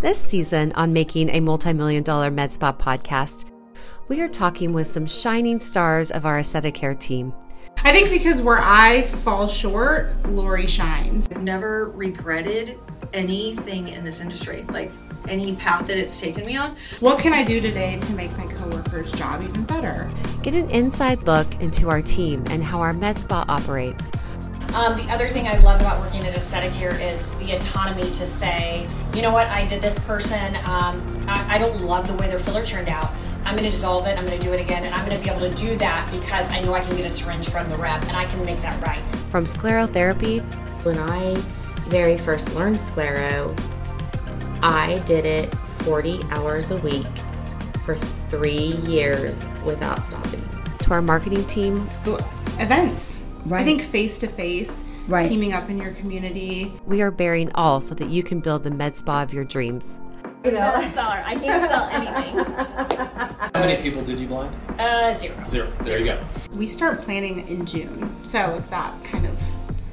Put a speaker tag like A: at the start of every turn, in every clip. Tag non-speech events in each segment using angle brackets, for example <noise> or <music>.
A: This season on Making a Multi-Million Dollar Med Spa Podcast, we are talking with some shining stars of our aesthetic care team.
B: I think because where I fall short, Lori shines.
C: I've never regretted anything in this industry, like any path that it's taken me on.
B: What can I do today to make my coworker's job even better?
A: Get an inside look into our team and how our med spa operates.
D: Um, the other thing I love about working at Aesthetic here is the autonomy to say, you know what, I did this person. Um, I, I don't love the way their filler turned out. I'm going to dissolve it. I'm going to do it again, and I'm going to be able to do that because I know I can get a syringe from the rep, and I can make that right.
A: From sclerotherapy,
E: When I very first learned sclero, I did it 40 hours a week for three years without stopping.
A: to our marketing team,
B: Events. I
F: Right.
B: think face to face,
F: Right.
B: teaming up in your community.
A: we are bearing all so that you can build the med spa of your dreams.
G: seller. I can't sell anything.
H: How many people did you blind?
D: Uh, zero.
H: Zero. There you go.
B: We start planning in June. So if that kind of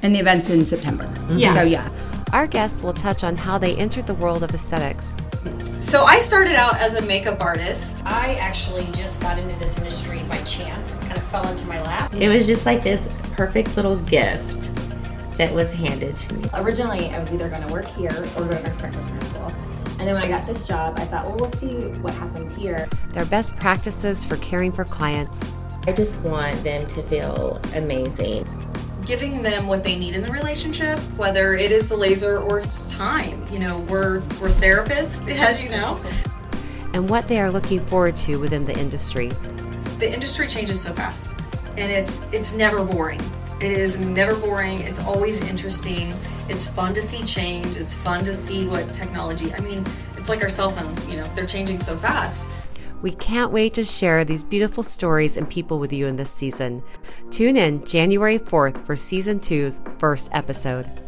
F: And the event's in September.
B: Yeah.
F: So, yeah.
A: Our guests will touch on how they entered the world of aesthetics,
C: So I started out as a makeup artist.
D: I actually just got into this industry by chance. It kind of fell into my lap.
E: It was just like this perfect little gift that was handed to me.
G: Originally, I was either going to work here or go to nurse practitioner school. And then when I got this job, I thought, well, let's see what happens here.
A: their best practices for caring for clients,
E: I just want them to feel amazing.
C: Giving them what they need in the relationship, whether it is the laser or it's time. You know, we're we're therapists, <laughs> as you know.
A: and what they are looking forward to within the industry.
C: The industry changes so fast, and it's it's never boring. It is never boring. It's always interesting. It's fun to see change. It's fun to see what technology. I mean, it's like our cell phones. You know, they're changing so fast.
A: We can't wait to share these beautiful stories and people with you in this season. Tune in January 4th for season two's first episode.